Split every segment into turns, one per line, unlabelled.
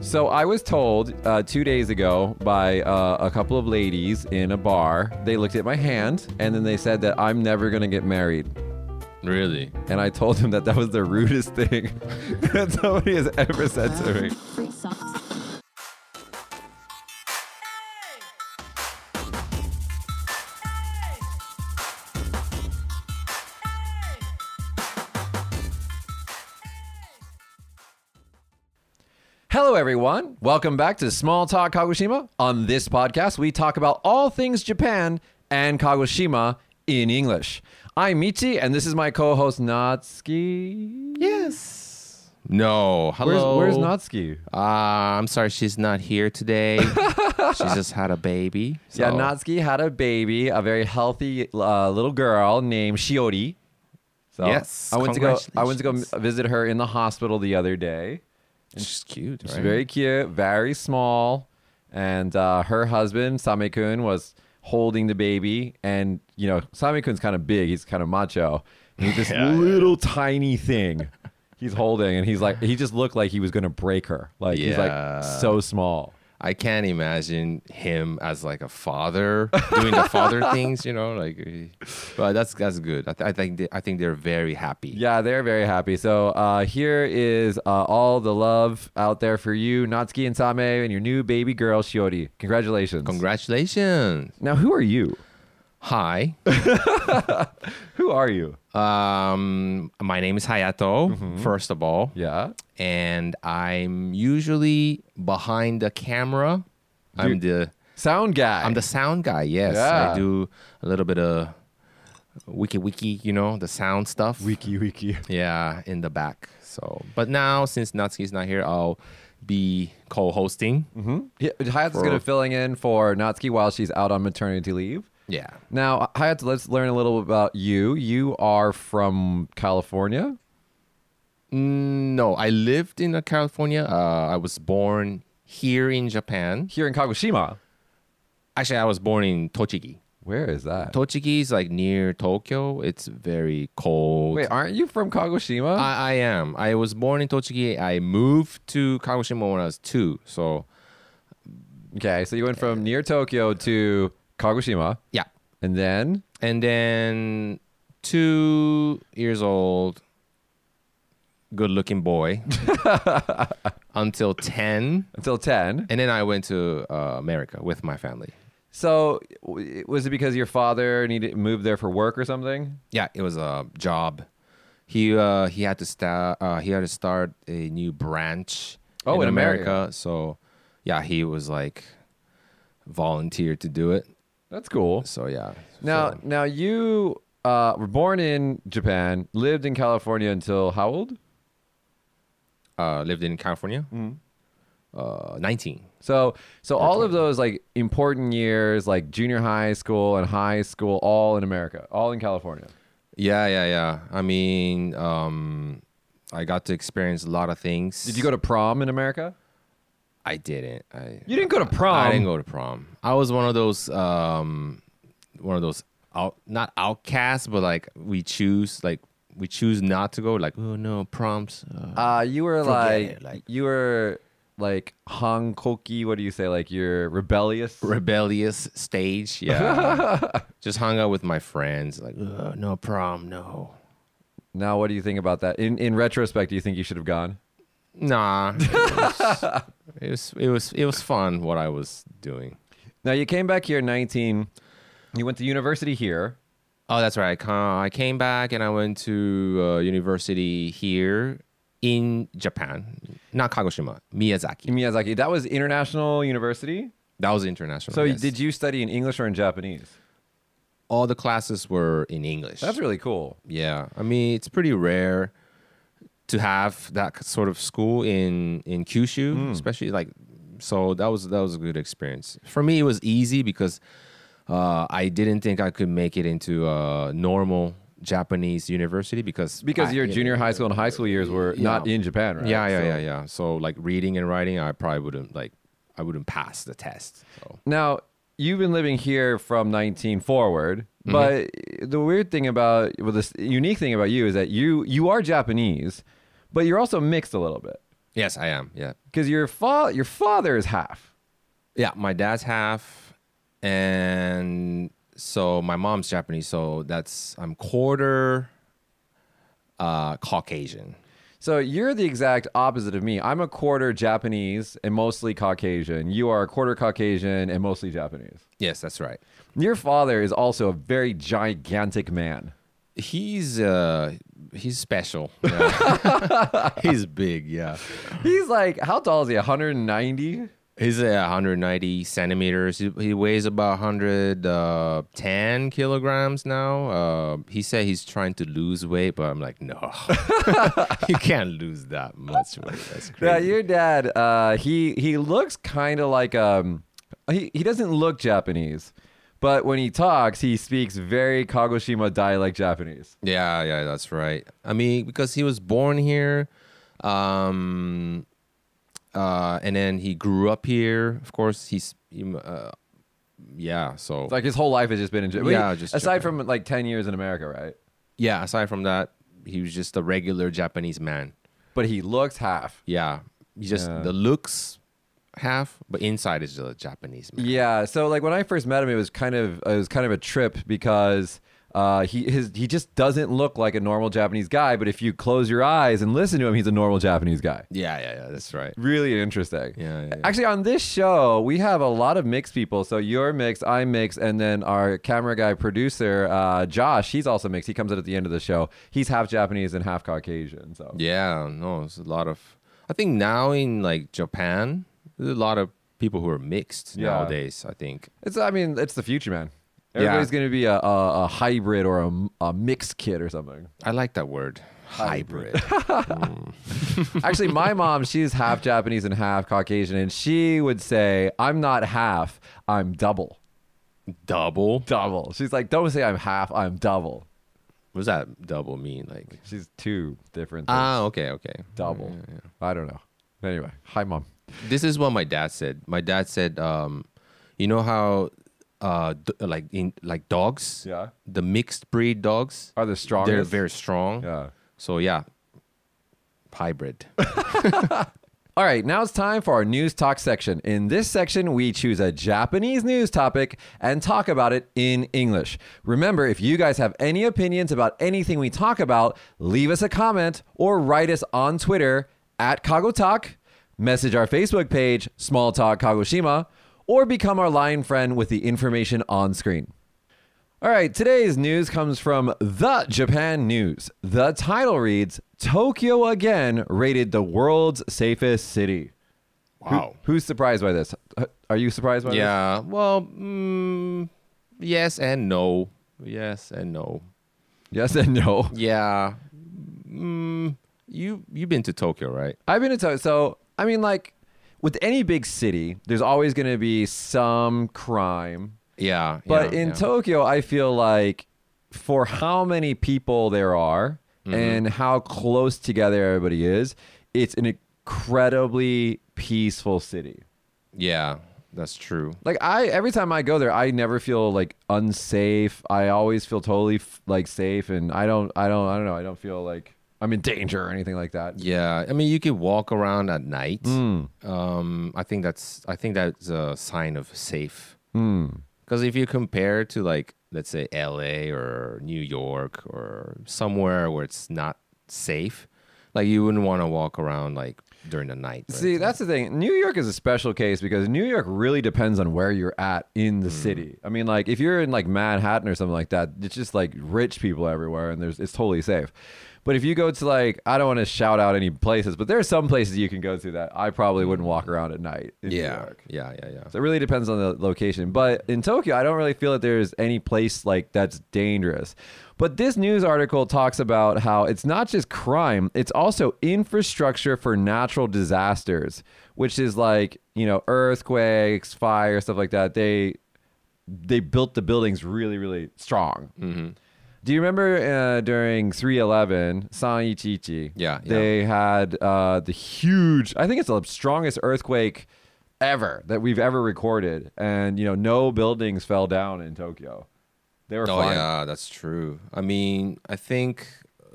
So I was told uh, two days ago by uh, a couple of ladies in a bar. They looked at my hand and then they said that I'm never going to get married.
Really?
And I told them that that was the rudest thing that somebody has ever said to me. Hello, everyone. Welcome back to Small Talk Kagoshima. On this podcast, we talk about all things Japan and Kagoshima in English. I'm Michi, and this is my co host, Natsuki.
Yes. No.
Where's,
Hello.
where's Natsuki?
Uh, I'm sorry, she's not here today. she just had a baby. So.
Yeah, Natsuki had a baby, a very healthy uh, little girl named Shiori. So
Yes,
I went to go. I went to go
congratulations.
visit her in the hospital the other day.
She's cute, right?
She's very cute, very small, and uh, her husband Same-kun was holding the baby, and you know Same-kun's kind of big. He's kind of macho. He's this
Yeah, yeah,
little tiny thing. He's holding, and he's like, he just looked like he was gonna break her. Like he's
Yeah.
like so small.
I can't imagine him as like a father doing the father things, you know, like. he- But that's that's good. I, th- I think they, I think they're very happy.
Yeah, they're very happy. So uh, here is uh, all the love out there for you, Natsuki and Same, and your new baby girl Shiori. Congratulations.
Congratulations.
now, who are you?
Hi.
Who are you?
Um, my name is Hayato. First of all,
Mm-hmm. Yeah.
and I'm usually behind the camera. I'm the
Sound guy.
I'm the sound guy. Yes,
Yeah.
I do a little bit of wiki wiki, you know, the sound stuff.
Wiki Wiki.
Yeah, in the back. So, but now since Natsuki's not here, I'll be co-hosting.
Yeah, Hayato's
For-
going to filling in for Natsuki while she's out on maternity leave.
Yeah,
Now, Hayato, let's learn a little about you. You are from California.
Mm, no, I lived in uh, California. Uh, I was born here in Japan.
Here in Kagoshima.
Actually, I was born in Tochigi.
Where is that?
Tochigi is like near Tokyo. It's very cold.
Wait, aren't you from Kagoshima?
I, I am. I was born in Tochigi. I moved to Kagoshima when I was two. So
okay, so you went from near Tokyo to Kagoshima.
yeah.
And then
And then two years old, good looking boy until 10.
until 10.
And then I went to uh, America with my family.
So w- was it because your father needed moved there for work or something?
Yeah, it was a job. He uh, he had to start uh, he had to start a new branch
Oh, in America.
So yeah, he was like volunteered to do it.
That's cool.
So yeah.
Now,
so-
now you uh, were born in Japan, lived in California until how old?
uh, lived in California.
Mm-hmm.
Uh, 19.
So, so all of those like important years, like junior high school and high school, all in America, all in California.
Yeah, yeah, yeah. I mean, um, I got to experience a lot of things.
Did you go to prom in America?
I didn't. I
You didn't go to prom.
I didn't go to prom. I was one of those um, one of those out not outcasts, but like we choose like we choose not to go. Like oh no, proms. Uh,
Uh, you were
Forget
like,
it, like-
you were like Hankoki. What do you say? Like you're rebellious.
rebellious stage. Yeah, just hung out with my friends. Like oh, no prom, no.
now, what do you think about that? In in retrospect, do you think you should have gone?
Nah. It was, it was it was it was fun what I was doing.
Now you came back here 19. You went to university here.
Oh, that's right. I ca- I came back and I went to uh, university here in Japan, not Kagoshima,
in
Miyazaki.
Miyazaki. That was international university.
That was international.
So
yes.
did you study in English or in Japanese?
all the classes were in English.
That's really cool.
yeah. I mean, it's pretty rare to have that sort of school in in Kyushu,
Hmm.
especially like so that was that was a good experience. For me it was easy because uh, I didn't think I could make it into a normal Japanese university because
Because
I-
your junior high school and high school years were not
Yeah.
in Japan, right?
Yeah, yeah,
So-
yeah, yeah. So like reading and writing, I probably wouldn't like I wouldn't pass the test. So
Now, you've been living here from 19 forward,
Mm-hmm.
but the weird thing about well, the s- unique thing about you is that you you are Japanese, but you're also mixed a little bit.
Yes, I am. Yeah.
Because your fa- your father is half.
Yeah, my dad's half, and so my mom's Japanese. So that's I'm quarter uh, Caucasian.
So you're the exact opposite of me. I'm a quarter Japanese and mostly Caucasian. You are a quarter Caucasian and mostly Japanese.
Yes, that's right.
Your father is also a very gigantic man.
He's uh, he's special. Yeah. he's big. Yeah,
He's like, how tall is he? 190?
he's uh, 190 centimeters. He, he weighs about 110 kilograms now. Uh, he said he's trying to lose weight, but I'm like, no, you can't lose that much weight. That's crazy.
Yeah, your dad. Uh, he he looks kind of like um, he he doesn't look Japanese, but when he talks, he speaks very Kagoshima dialect Japanese.
Yeah, yeah, that's right. I mean, because he was born here, um, uh, and then he grew up here. Of course, he's, he, uh, yeah. So,
It's like his whole life has just been in Japan.
Yeah, just
aside
Japan.
from like ten years in America, right?
yeah. Aside from that, he was just a regular Japanese man.
But he looks half.
Yeah, he just
Yeah.
the looks half, but inside is a Japanese man.
Yeah. So like when I first met him, it was kind of it was kind of a trip because uh, he his he just doesn't look like a normal Japanese guy. But if you close your eyes and listen to him, he's a normal Japanese guy.
Yeah, yeah, yeah. That's right.
Really interesting.
Yeah, yeah, yeah.
Actually, on this show, we have a lot of mixed people. So you're mixed, I'm mixed, and then our camera guy producer, uh, Josh, he's also mixed. He comes out at the end of the show. He's half Japanese and half Caucasian. So
Yeah, no, it's a lot of. I think now in like Japan, there's a lot of people who are mixed
Yeah.
nowadays. I think.
it's, I mean, it's the future, man.
Yeah.
Everybody's going to be a, a, a hybrid or a, a mixed kid or something.
I like that word. Hybrid.
Actually, my mom, she's half Japanese and half Caucasian, and she would say, I'm not half, I'm double.
double.
Double. She's like, don't say I'm half, I'm double.
What does that double mean? Like
She's two different things.
ah, okay, okay.
double. I don't know. Anyway, hi mom.
This is what my dad said. My dad said, um, you know how, uh, d- like in like dogs,
Yeah.
the mixed breed dogs,
Are the strongest?
they're very strong.
Yeah.
So yeah, hybrid.
All right, now it's time for our news talk section. In this section, we choose a Japanese news topic and talk about it in English. Remember, if you guys have any opinions about anything we talk about, leave us a comment or write us on Twitter at Kagotalk, message our Facebook page, Small Talk Kagoshima, or become our lion friend with the information on screen. All right, today's news comes from The Japan News. The title reads Tokyo again rated the world's safest city.
wow.
Who's surprised by this? Uh, Are you surprised by this?
Yeah. Well, mm, yes and no. Yes and no.
Yes and no.
Yeah. Mm, you you've been to Tokyo, right?
I've been to Tokyo. So, I mean, like, with any big city, there's always going to be some crime.
Yeah.
But
yeah,
in
yeah.
Tokyo, I feel like for how many people there are
Mm-hmm.
and how close together everybody is, it's an incredibly peaceful city.
Yeah, that's true.
Like I every time I go there, I never feel like unsafe. I always feel totally f- like safe and I don't I don't I don't know, I don't feel like I'm in danger or anything like that.
Yeah, I mean, you could walk around at night. Um, I think that's I think that's a sign of safe. Because if you compare to like let's say L.A. or New York or somewhere where it's not safe, like you wouldn't want to walk around like during the night. right?
See, that's the thing. New York is a special case because New York really depends on where you're at in the
Mm-hmm.
city. I mean, like if you're in like Manhattan or something like that, it's just like rich people everywhere and there's it's totally safe. But if you go to like I don't want to shout out any places, but there are some places you can go to that I probably wouldn't walk around at night in New
yeah,
York.
yeah, yeah, yeah.
So it really depends on the location. But in Tokyo, I don't really feel that there's any place like that's dangerous. But this news article talks about how it's not just crime, it's also infrastructure for natural disasters, which is like, you know, earthquakes, fire, stuff like that. They they built the buildings really, really strong.
Mm-hmm.
Do you remember uh, during 311, Sanichichi?
Yeah, yeah.
They had uh, the huge, I think it's the strongest earthquake ever that we've ever recorded. And, you know, no buildings fell down in Tokyo. They were
Oh
fine.
yeah, that's true. I mean, I think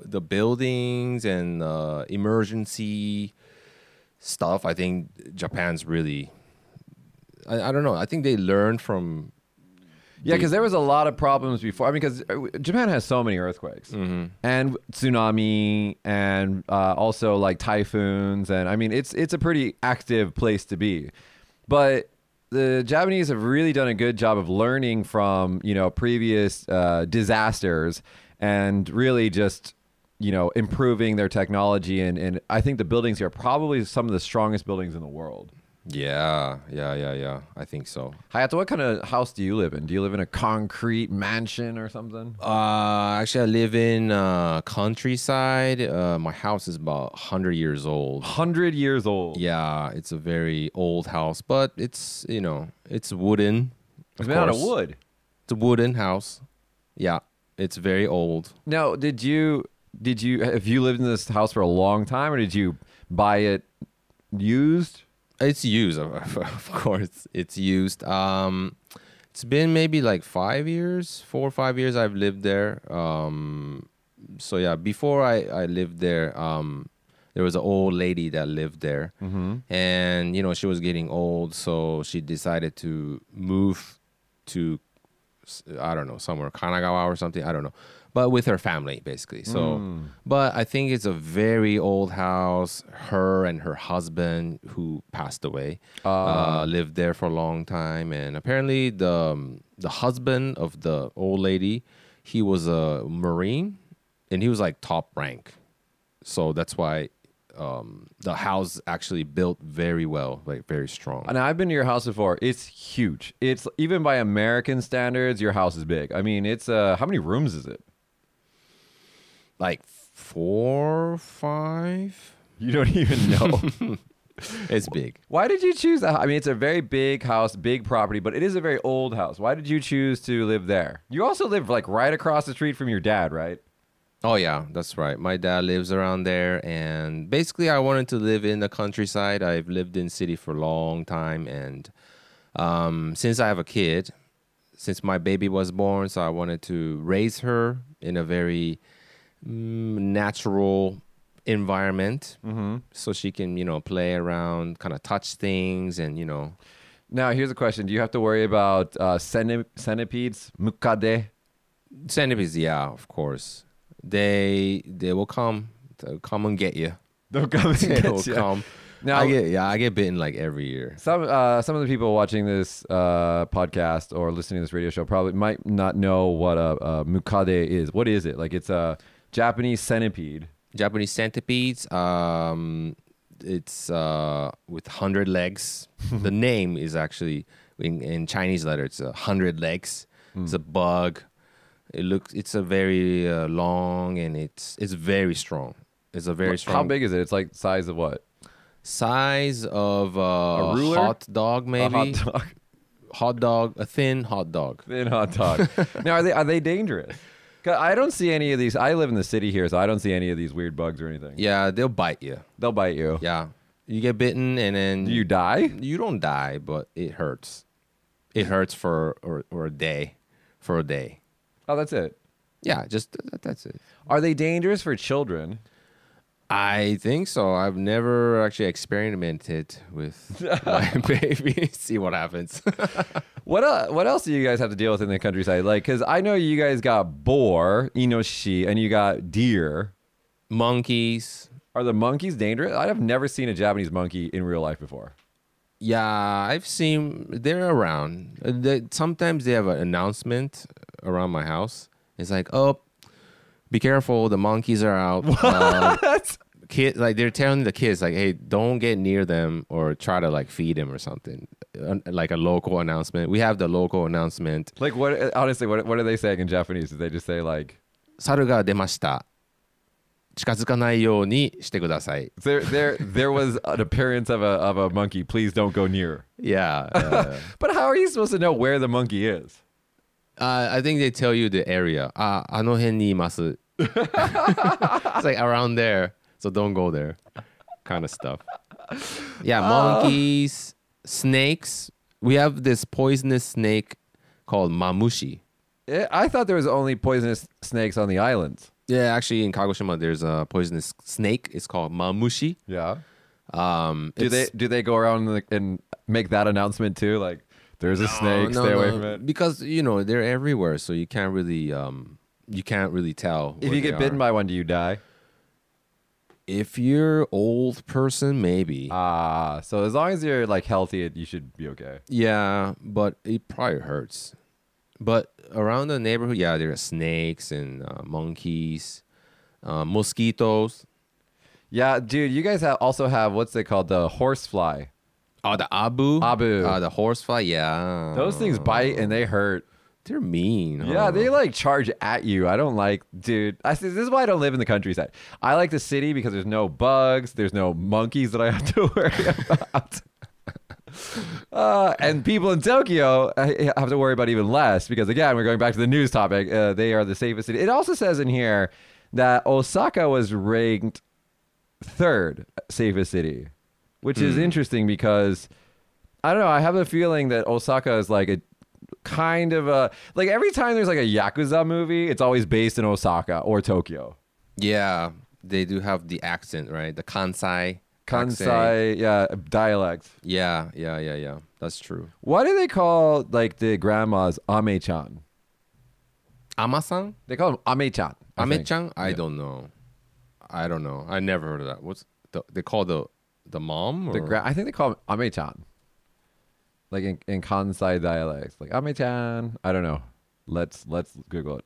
the buildings and uh, emergency stuff, I think Japan's really. I, I don't know. I think they learn from
Yeah, because there was a lot of problems before. I mean, because Japan has so many earthquakes and tsunami, and uh, also like typhoons, and I mean, it's it's a pretty active place to be. But the Japanese have really done a good job of learning from you know previous uh, disasters and really just you know improving their technology. And and I think the buildings here are probably some of the strongest buildings in the world.
Yeah, yeah, yeah, yeah. I think so.
Hayato, what kind of house do you live in? Do you live in a concrete mansion or something?
Uh, actually, I live in uh, countryside. Uh, my house is about hundred years old.
100 years old.
Yeah, it's a very old house, but it's you know it's wooden.
It's made out of
course.
wood.
It's a wooden house. Yeah, it's very old.
Now, did you did you have you lived in this house for a long time or did you buy it used?
It's used, of, of- of course. It's used. Um, it's been maybe like five years, four or five years I've lived there. Um, so yeah, before I, I lived there, um, there was an old lady that lived there, and you know she was getting old, so she decided to move to s- I don't know somewhere Kanagawa or something. I don't know, but with her family basically. So, but I think it's a very old house. Her and her husband, who passed away, uh, lived there for a long time. And apparently, the um, the husband of the old lady, he was a marine, and he was like top rank. So that's why um, the house actually built very well, like very strong.
And I've been to your house before. It's huge. It's even by American standards, your house is big. I mean, it's uh how many rooms is it?
Like four, five.
You don't even know.
It's big.
Why did you choose that? I mean, it's a very big house, big property, but it is a very old house. Why did you choose to live there? You also live like right across the street from your dad, right?
Oh yeah, that's right. My dad lives around there, and basically, I wanted to live in the countryside. I've lived in city for a long time, and um, since I have a kid, since my baby was born, so I wanted to raise her in a very mm, natural environment, mm-hmm. so she can you know play around, kind of touch things, and you know
Now, here's a question: Do you have to worry about uh, centip- centipedes, mukade?
centipedes. Yeah, of course, they they will come, They'll come and get you.
They'll come and
They
get
will
ya.
come.
Now-
I get yeah, I get bitten like every year.
Some uh, some of the people watching this uh, podcast or listening to this radio show probably might not know what a, a mukade is. What is it? Like it's a Japanese centipede.
Japanese centipedes. Um, it's uh, with hundred legs. the name is actually in, in Chinese letter. It's a hundred legs. It's a bug. It looks. It's a very uh, long and it's it's very strong. It's a very strong
How big is it? It's like size of what?
size of uh, a
ruler?
hot dog, maybe
A hot dog.
Hot dog, a thin hot dog.
Thin hot dog. now, are they are they dangerous? 'Cause I don't see any of these. I live in the city here, so I don't see any of these weird bugs or anything.
Yeah, they'll bite you.
They'll bite you.
Yeah, you get bitten and then
Do you die?
you don't die, but it hurts. It hurts for or, or a day, for a day.
Oh, that's it.
Yeah, just uh, that, that's it.
Are they dangerous for children?
I think so. I've never actually experimented with my baby. See what happens.
What uh, what else do you guys have to deal with in the countryside? Like, because I know you guys got boar, inoshi, and you got deer.
Monkeys.
Are the monkeys dangerous? I have never seen a Japanese monkey in real life before.
Yeah, I've seen they're around. Uh, They, sometimes they have an announcement around my house. It's like, oh, be careful, the monkeys are out. Uh, kid, like they're telling the kids, like, hey, don't get near them or try to like feed them or something. Uh, Like a local announcement. We have the local announcement.
Like, what? Honestly, what what are they saying in Japanese? Did they just say like
猿が出ました。近づかないようにしてください。
there there there was an appearance of a of a monkey? Please don't go near.
Yeah. uh,
But how are you supposed to know where the monkey is?
Uh, I think they tell you the area. Ah, あの辺にいます。It's like around there, so don't go there. Kind of stuff. Yeah, monkeys, snakes. We have this poisonous snake called mamushi.
Eh, I thought there was only poisonous snakes on the islands.
Yeah, actually in Kagoshima there's a poisonous snake. It's called mamushi.
Yeah.
Um,
Do they
it's-
do they go around and, and make that announcement too? Like, there's a snake.
No,
stay
no,
away
no.
from it.
because you know they're everywhere, so you can't really um, you can't really tell.
If
where
you
they
get bitten
are.
by one, do you die?
if you're old person, maybe
Ah, so as long as you're like healthy, it- you should be okay.
yeah, but it probably hurts. But around the neighborhood, yeah, there are snakes and uh, monkeys, uh, mosquitoes.
Yeah, dude, you guys have also have what's it called the horsefly.
Oh, the abu,
Abu.
uh, the horsefly. Yeah,
Those things bite and they hurt.
They're mean.
Yeah,
huh?
they like charge at you. I don't like, dude. I see. This is why I don't live in the countryside. I like the city because there's no bugs, there's no monkeys that I have to worry about. Uh, and people in Tokyo I I have to worry about even less because again, we're going back to the news topic. Uh, they are the safest city. It also says in here that Osaka was ranked third safest city, which
Hmm.
is interesting because I don't know. I have a feeling that Osaka is like a kind of a like every time there's like a yakuza movie, it's always based in Osaka or Tokyo,
yeah, they do have the accent, right? The Kansai, accent.
Kansai, yeah, dialect.
Yeah, yeah, yeah, yeah. That's true.
Why do they call like the grandmas Ame-chan?
Amasan?
They call them Ame-chan. I think.
Amechang? I don't know. I don't know. I never heard of that. What's the, they call the the mom? Or?
The gra- I think they call them Ame-chan. Like in, in Kansai dialects, like Ame-chan. I don't know. Let's let's Google it.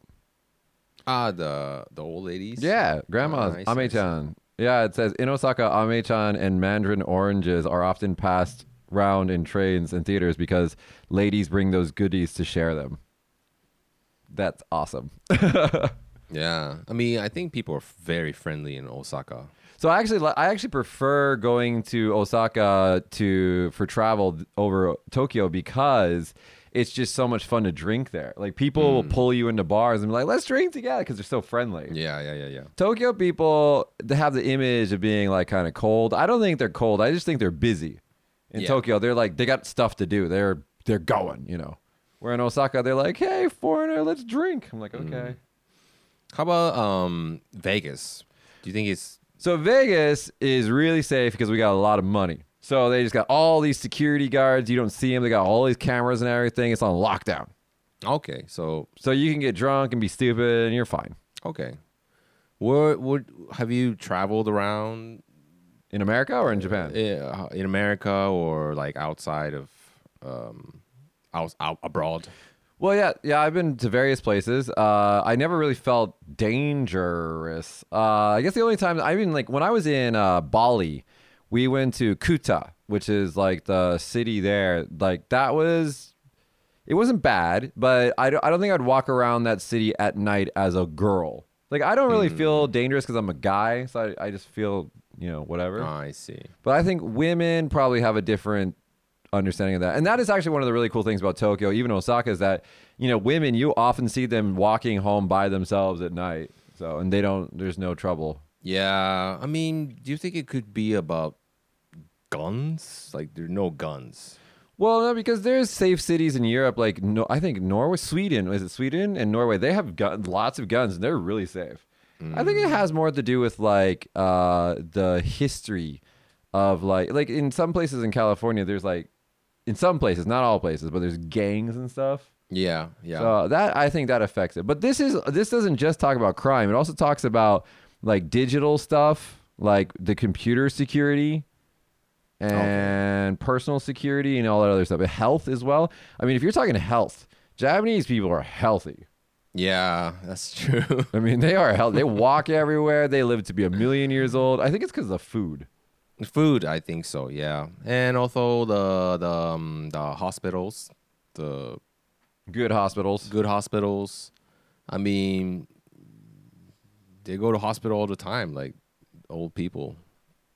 ah the the old ladies.
Yeah, grandma's
Oh, I see, I see.
Ame-chan. Yeah, it says in Osaka, Ame-chan and mandarin oranges are often passed round in trains and theaters because ladies bring those goodies to share them. That's awesome.
Yeah. I mean, I think people are very friendly in Osaka.
So I actually li- I actually prefer going to Osaka to for travel th- over Tokyo because it's just so much fun to drink there. Like people will pull you into bars and be like, "Let's drink together" because they're so friendly.
Yeah, yeah, yeah, yeah.
Tokyo people they have the image of being like kind of cold. I don't think they're cold. I just think they're busy. In
Yeah.
Tokyo, they're like they got stuff to do. They're they're going, you know. Where in Osaka, they're like, "Hey, foreigner, let's drink." I'm like, "Okay."
How about um Vegas? Do you think it's
So Vegas is really safe because we got a lot of money. So they just got all these security guards. You don't see them. They got all these cameras and everything. It's on lockdown.
okay? So
So you can get drunk and be stupid and you're fine.
okay. What would have you traveled around
In America or in Japan?
uh, in America or like outside of um out, out abroad?
Well, yeah, yeah. I've been to various places. Uh, I never really felt dangerous. Uh, I guess the only time I mean, like when I was in uh, Bali, we went to Kuta, which is like the city there. Like that was, it wasn't bad, but I don't, I don't think I'd walk around that city at night as a girl. Like I don't really feel dangerous because I'm a guy, so I, I just feel you know whatever.
I see.
But I think women probably have a different understanding of that. And that is actually one of the really cool things about Tokyo, even Osaka, is that, you know, women, you often see them walking home by themselves at night. So, and they don't, there's no trouble.
Yeah, I mean, do you think it could be about guns? Like there are no guns.
Well, no, because there's safe cities in Europe, like no, I think Norway, Sweden, is it Sweden and Norway? They have gun, lots of guns, and they're really safe. I think it has more to do with like uh, the history of like like in some places in California, there's like in some places, not all places, but there's gangs and stuff.
Yeah, yeah.
So that I think that affects it. But this is this doesn't just talk about crime. It also talks about like digital stuff, like the computer security and personal security and all that other stuff. And health as well. I mean, if you're talking health, Japanese people are healthy.
yeah, that's true.
I mean, they are healthy. They walk everywhere. They live to be a million years old. I think it's because of the food.
Food, I think so. Yeah, and also the the um, the hospitals, the
Good hospitals.
good hospitals. I mean, they go to hospital all the time, like old people.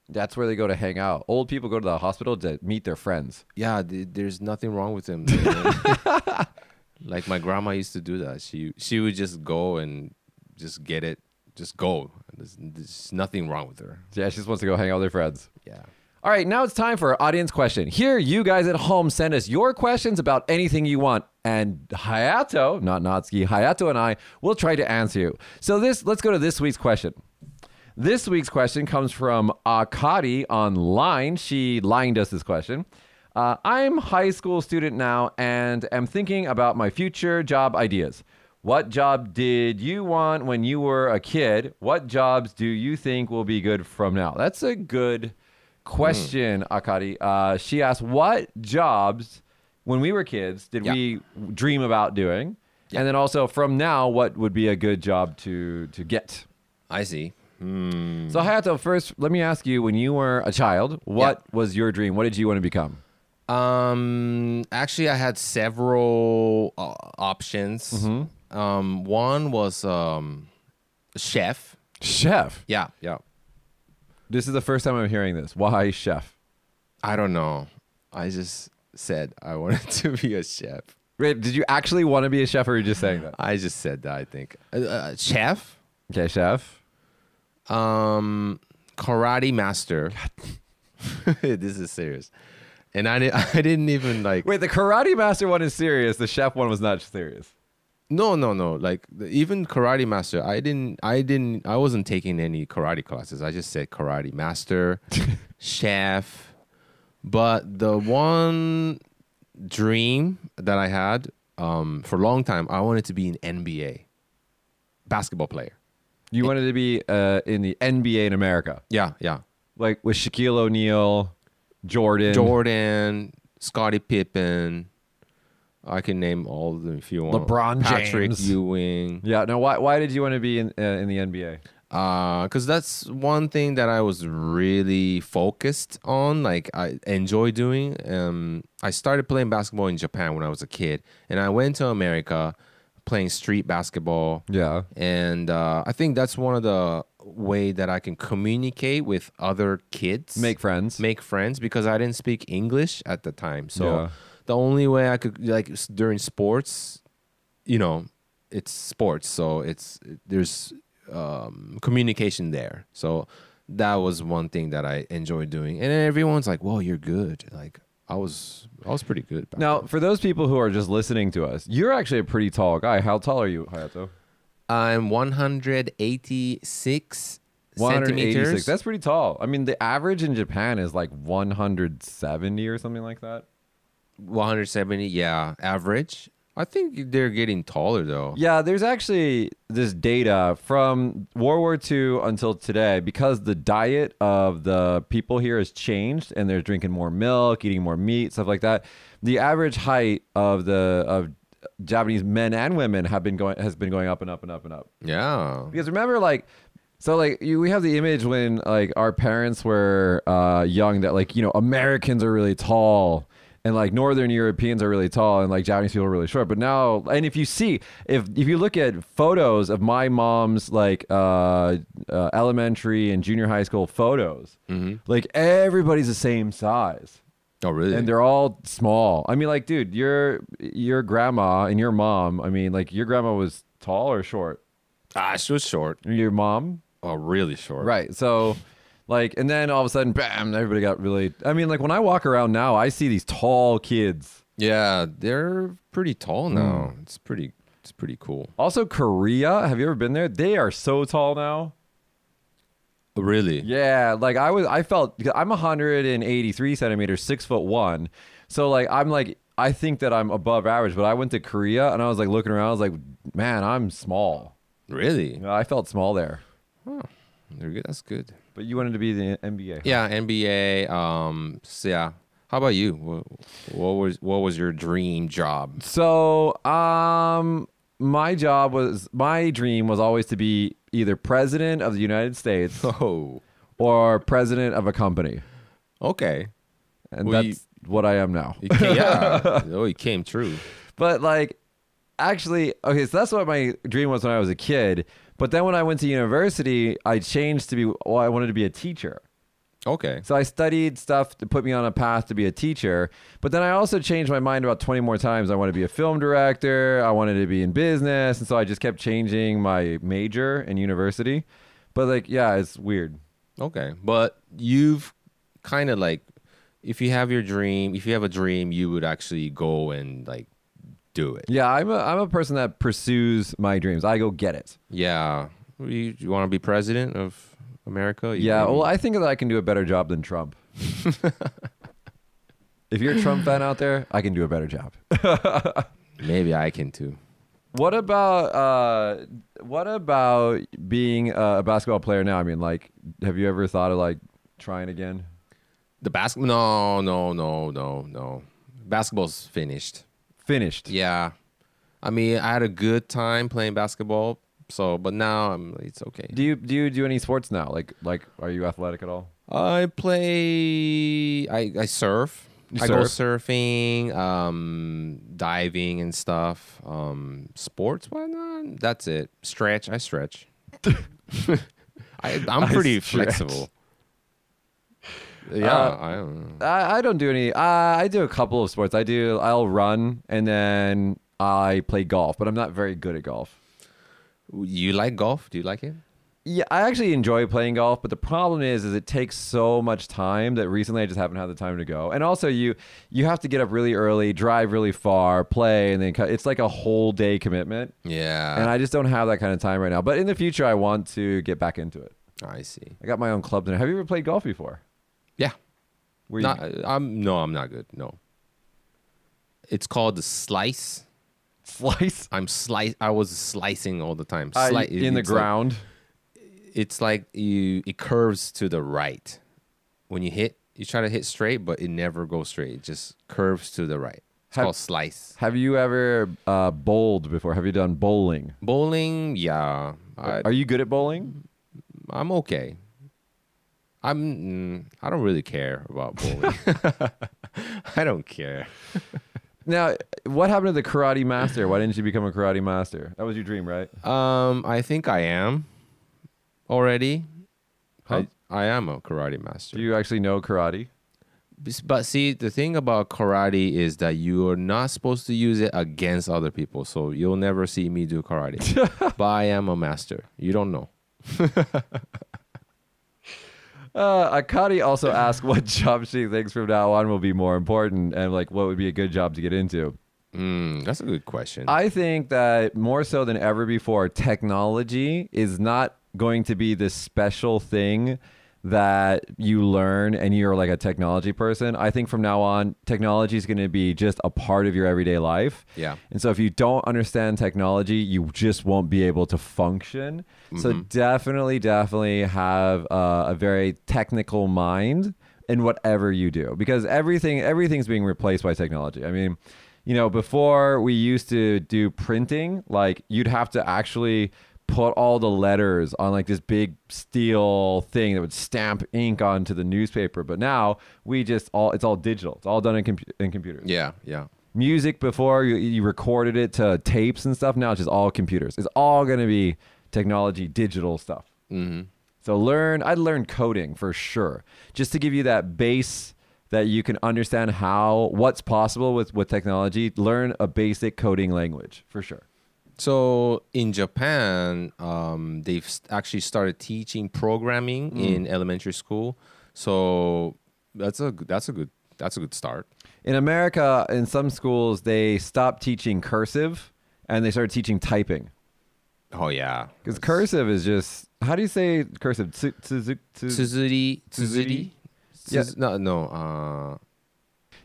That's where they go to hang out. Old people go to the hospital to meet their friends.
Yeah, th- there's nothing wrong with them. like my grandma used to do that. She she would just go and just get it, just go. There's, there's nothing wrong with her.
Yeah, she just wants to go hang out with her friends.
Yeah.
All right, now it's time for our audience question. Here, you guys at home send us your questions about anything you want, and Hayato, not Natsuki, Hayato and I will try to answer you. So this, let's go to this week's question. This week's question comes from Akadi online. She lined us this question. Uh, I'm high school student now and am thinking about my future job ideas. What job did you want when you were a kid? What jobs do you think will be good from now? That's a good question, Akadi. Uh, she asked, What jobs when we were kids did
Yeah.
we dream about doing? And then also from now, what would be a good job to to get?
I see. Hmm.
So Hayato, first, let me ask you: When you were a child, what was your dream? What did you want to become?
Um, actually, I had several uh, options. Um, one was um, chef.
Chef.
Yeah, yeah.
This is the first time I'm hearing this. Why chef?
I don't know. I just said I wanted to be a chef.
Wait, did you actually want to be a chef, or are you just saying that?
I just said that. I think uh, uh, chef,
Okay, chef.
um, karate master. this is serious, and I didn't. I didn't even like.
Wait, the karate master one is serious. The chef one was not serious.
No, no, no. Like the- even karate master, I didn't, I didn't, I wasn't taking any karate classes. I just said karate master, chef. But the one dream that I had um, for a long time, I wanted to be an NBA basketball player.
You wanted to be uh, in the NBA in America,
Yeah, yeah.
like with Shaquille O'Neal, Jordan.
Jordan, Scottie Pippen. I can name all of them if you want.
LeBron
Patrick
James.
Ewing.
Yeah. No. Why? Why did you want to be in uh, in the NBA?
because Uh, that's one thing that I was really focused on. Like I enjoy doing. Um, I started playing basketball in Japan when I was a kid, and I went to America playing street basketball.
Yeah.
And uh, I think that's one of the way that I can communicate with other kids,
Make friends.
make friends, because I didn't speak English at the time. So
Yeah.
the only way I could like s- during sports, you know, it's sports, so it's there's um, communication there. So that was one thing that I enjoyed doing, and then everyone's like, "Well, you're good." Like I was, I was pretty good. Back
Now, for those people who are just listening to us, you're actually a pretty tall guy. How tall are you, Hayato?
then. I'm 186 centimeters.
That's pretty tall. I mean, the average in Japan is like 170 or something like that.
170, yeah, average. I think they're getting taller though.
Yeah, there's actually this data from World War II until today because the diet of the people here has changed and they're drinking more milk, eating more meat, stuff like that. The average height of the of Japanese men and women have been going has been going up and up and up and up.
Yeah,
Because remember, like, so like you, we have the image when like our parents were uh, young that like you know Americans are really tall and like Northern Europeans are really tall and like Japanese people are really short. But now, and if you see if if you look at photos of my mom's like uh, uh, elementary and junior high school photos, like everybody's the same size
Oh, really?
and they're all small. I mean, like, dude, your your grandma and your mom. I mean, like, your grandma was tall or short.
ah, she was short.
Your mom
Oh, really short.
Right. So, like, and then all of a sudden, bam, everybody got really. I mean, like, when I walk around now, I see these tall kids.
Yeah, they're pretty tall now. It's pretty it's pretty cool.
Also, Korea, have you ever been there? They are so tall now.
Oh, Really?
Yeah. Like, I was, I felt, I'm 183 centimeters, six foot one. So, like, I'm like, I think that I'm above average, but I went to Korea and I was like looking around, I was like, man, I'm small.
Really?
You know, I felt small there.
They're good. That's good.
But you wanted to be the NBA.
Yeah, NBA um so yeah. How about you? What, what was what was your dream job?
So, um, my job was my dream was always to be either president of the United States
Oh.
or president of a company,
Okay.
and
Well, you-
that's what I am now.
It ca- yeah. oh, it came true.
But like, actually, okay, so that's what my dream was when I was a kid. But then when I went to university, I changed to be well, I wanted to be a teacher.
Okay.
So I studied stuff to put me on a path to be a teacher. But then I also changed my mind about 20 more times. I wanted to be a film director. I wanted to be in business. And so I just kept changing my major in university. But like, yeah, it's weird.
Okay. But you've kind of like if you have your dream, if you have a dream, you would actually go and like do it.
Yeah, I'm a, I'm a person that pursues my dreams. I go get it.
Yeah. You, you want to be president of America. you
Yeah,
can-
well, I think that I can do a better job than Trump. if you're a Trump fan out there, I can do a better job.
maybe I can too.
What about uh, what about being a basketball player now? I mean, like, have you ever thought of like trying again?
The basketball? No, no, no, no, no. Basketball's finished.
Finished.
Yeah, I mean, I had a good time playing basketball. So, but now I'm. It's okay.
Do you do you do any sports now? Like like, are you athletic at all?
I play. I I surf.
You
I go surfing, um, diving and stuff. Um, sports, why not? That's it. Stretch. I stretch. I, I'm
I
pretty
stretch.
flexible. Yeah,
Uh,
I don't know.
I, I don't do any. Uh, I do a couple of sports. I do. I'll run and then I play golf, but I'm not very good at golf.
You like golf? Do you like it?
Yeah, I actually enjoy playing golf, but the problem is, is it takes so much time that recently I just haven't had the time to go. And also, you you have to get up really early, drive really far, play, and then cut. it's like a whole day commitment. And
Yeah,
I just don't have that kind of time right now. But in the future, I want to get back into it.
I, see.
I got my own clubs. And have you ever played golf before?
Yeah,
Where you-
Not- I'm no, I'm not good. No, it's called the slice.
slice
I'm slice. I was slicing all the time.
uh,
Sli-
in the
it's like-
ground.
it's like you it curves to the right when you hit you try to hit straight but it never goes straight it just curves to the right it's
Have-
called slice
Have you ever uh, bowled before? Have you done bowling?
bowling yeah I,
Are you good at bowling?
i'm okay i'm mm, i don't really care about bowling i don't care
Now, what happened to the karate master? Why didn't you become a karate master? That was your dream, right?
um i think i am already
Huh?
I, I am a karate master
Do you actually know karate?
Bes- But see, the thing about karate is that you are not supposed to use it against other people. So you'll never see me do karate. but I am a master. You don't know.
Uh, Akari also asked what job she thinks from now on will be more important and like what would be a good job to get into.
Mm, that's a good question.
I think that more so than ever before, technology is not going to be this special thing that you learn and you're like a technology person. I think from now on, technology is going to be just a part of your everyday life.
Yeah.
And so if you don't understand technology, you just won't be able to function. So definitely, definitely have uh, a very technical mind in whatever you do because everything everything's being replaced by technology. I mean, you know, before we used to do printing, like you'd have to actually put all the letters on like this big steel thing that would stamp ink onto the newspaper. But now we just all it's all digital. It's all done in, compu in computers
yeah, yeah.
music before you, you recorded it to tapes and stuff now it's just all computers it's all going to be technology digital stuff
hmm
so learn i'd learn coding for sure just to give you that base that you can understand how what's possible with with technology learn a basic coding language for sure
So in Japan, um, they've s- actually started teaching programming in elementary school. So that's a g- that's a good that's a good start.
in america in some schools they stopped teaching cursive and they started teaching typing
Oh yeah,
because cursive is just how do you say cursive Tsu- tsu- tsu-
Tsuzuri,
Tsuzuri?
Tsuzuri.
Yeah.
Tsuz- No, no. Uh,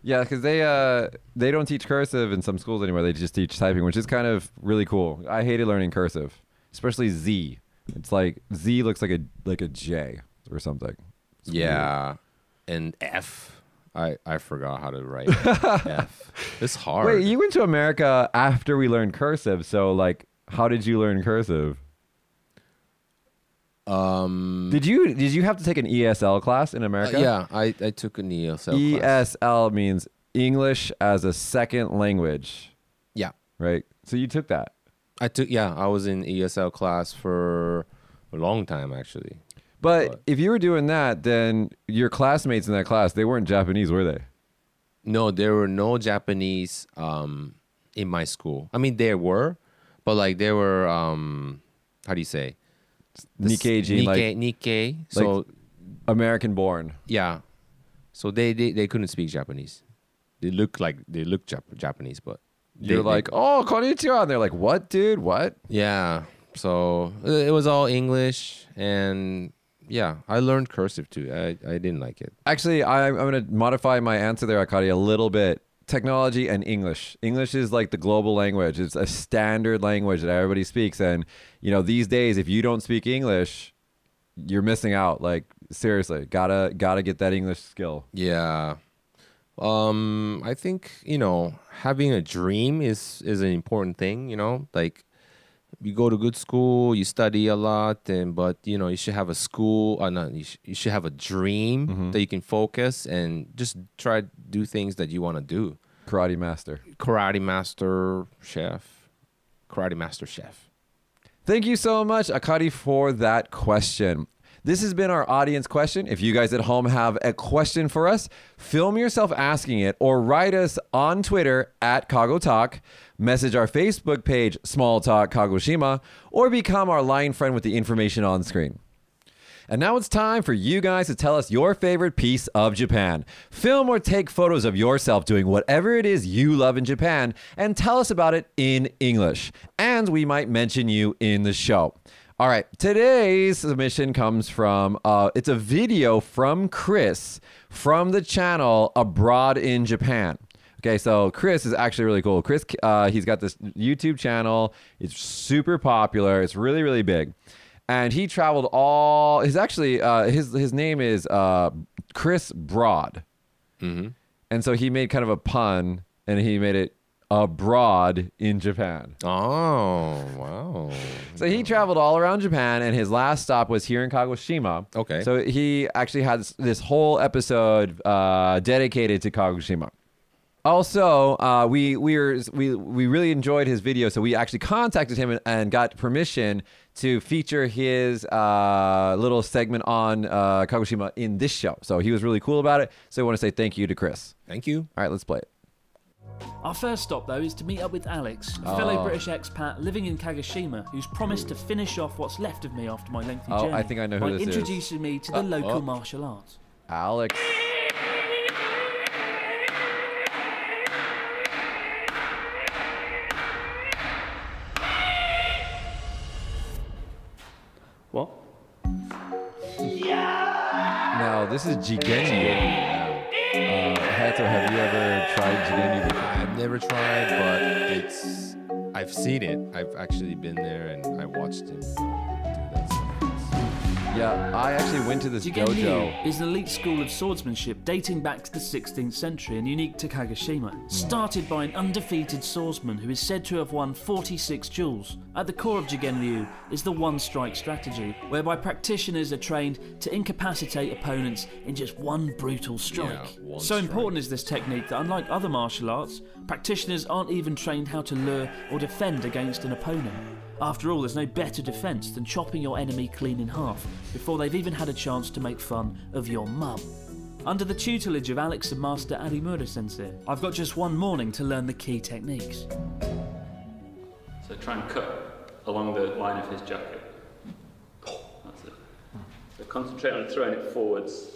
Yeah, because they uh they don't teach cursive in some schools anymore. They just teach typing, which is kind of really cool. I hated learning cursive, especially Z. It's like Z looks like a like a J or something. It's weird.
Yeah, and F. I I forgot how to write F. It's hard.
Wait, you went to America after we learned cursive, so like, how did you learn cursive?
um.
Did you did you have to take an ESL class in
uh,
America? E
yeah, I I took an ESL class.
ESL means English as a second language,
Yeah,
right? So you took that.
I took. Yeah, I was in ESL class for a long time actually.
But
But-
if you were doing that, then your classmates in that class, they weren't Japanese, were they?
No, there were no Japanese um in my school. I mean, there were, but like there were um how do you say This-
Nikkei gene,
Nikkei,
like
Nikkei. So
American born.
yeah, so they, they they couldn't speak Japanese. They look like they look Jap- Japanese, but they-
You're
they-
like, oh, konnichiwa. And they're like, what, dude? What?
Yeah. So uh, it was all English and yeah, I learned cursive too. I, I didn't like it.
Actually, I, I'm going to modify my answer there, Akadi, a little bit. Technology and English. English is like the global language. It's a standard language that everybody speaks. And, you know, these days, if you don't speak English, you're missing out. Like, seriously, gotta gotta get that English skill.
Yeah. Um, I think, you know, having a dream is is an important thing, you know? Like you go to good school, you study a lot and but you know, you should have a school, uh, no, you, sh- you should have a dream that you can focus and just try to do things that you want to do.
Karate master.
Karate master chef. Karate master chef.
Thank you so much, Akadi, for that question. This has been our audience question. If you guys at home have a question for us, film yourself asking it or write us on Twitter at Kago Talk, message our Facebook page, Small Talk Kagoshima, or become our line friend with the information on screen. And now it's time for you guys to tell us your favorite piece of Japan. Film or take photos of yourself doing whatever it is you love in Japan and tell us about it in English. And we might mention you in the show. All right, today's submission comes from uh, it's a video from Chris from the channel Abroad in Japan. Okay, so Chris is actually really cool. Chris, uh, he's got this YouTube channel. It's super popular. It's really, really big and he traveled all his actually uh, his his name is uh, Chris Broad, and so he made kind of a pun, and he made it abroad in Japan.
Oh, wow.
So he traveled all around Japan, and his last stop was here in Kagoshima.
Okay.
So he actually had this- this whole episode uh, dedicated to Kagoshima. Also, uh, we we were, we we really enjoyed his video, so we actually contacted him and, and got permission to feature his uh, little segment on uh, Kagoshima in this show. So he was really cool about it. So I want to say thank you to Chris.
Thank you.
All right, let's play it.
Our first stop, though, is to meet up with Alex, a
Ah.
fellow British expat living in Kagoshima, who's promised to finish off what's left of me after my lengthy
Oh,
journey.
I think I know who
by
this is. Uh, oh.
introducing me to the local martial arts.
Alex.
What?
Now this is Jigenyu. Uh, Hato, have you ever tried Jigenyu before?
I've never tried, but it's. I've seen it. I've actually been there and I watched him do that. stuff.
Yeah, I actually went to this dojo.
Jigenryu is an elite school of swordsmanship dating back to the 16th century and unique to Kagoshima. Started by an undefeated swordsman who is said to have won 46 duels, at the core of Jigenryu is the one strike strategy, whereby practitioners are trained to incapacitate opponents in just one brutal strike.
Yeah, one
so
strike.
important is this technique that, unlike other martial arts, practitioners aren't even trained how to lure or defend against an opponent. After all, there's no better defence than chopping your enemy clean in half before they've even had a chance to make fun of your mum. Under the tutelage of Alex and Master Arimura Sensei, I've got just one morning to learn the key techniques.
So try and cut along the line of his jacket. That's it. So concentrate on throwing it forwards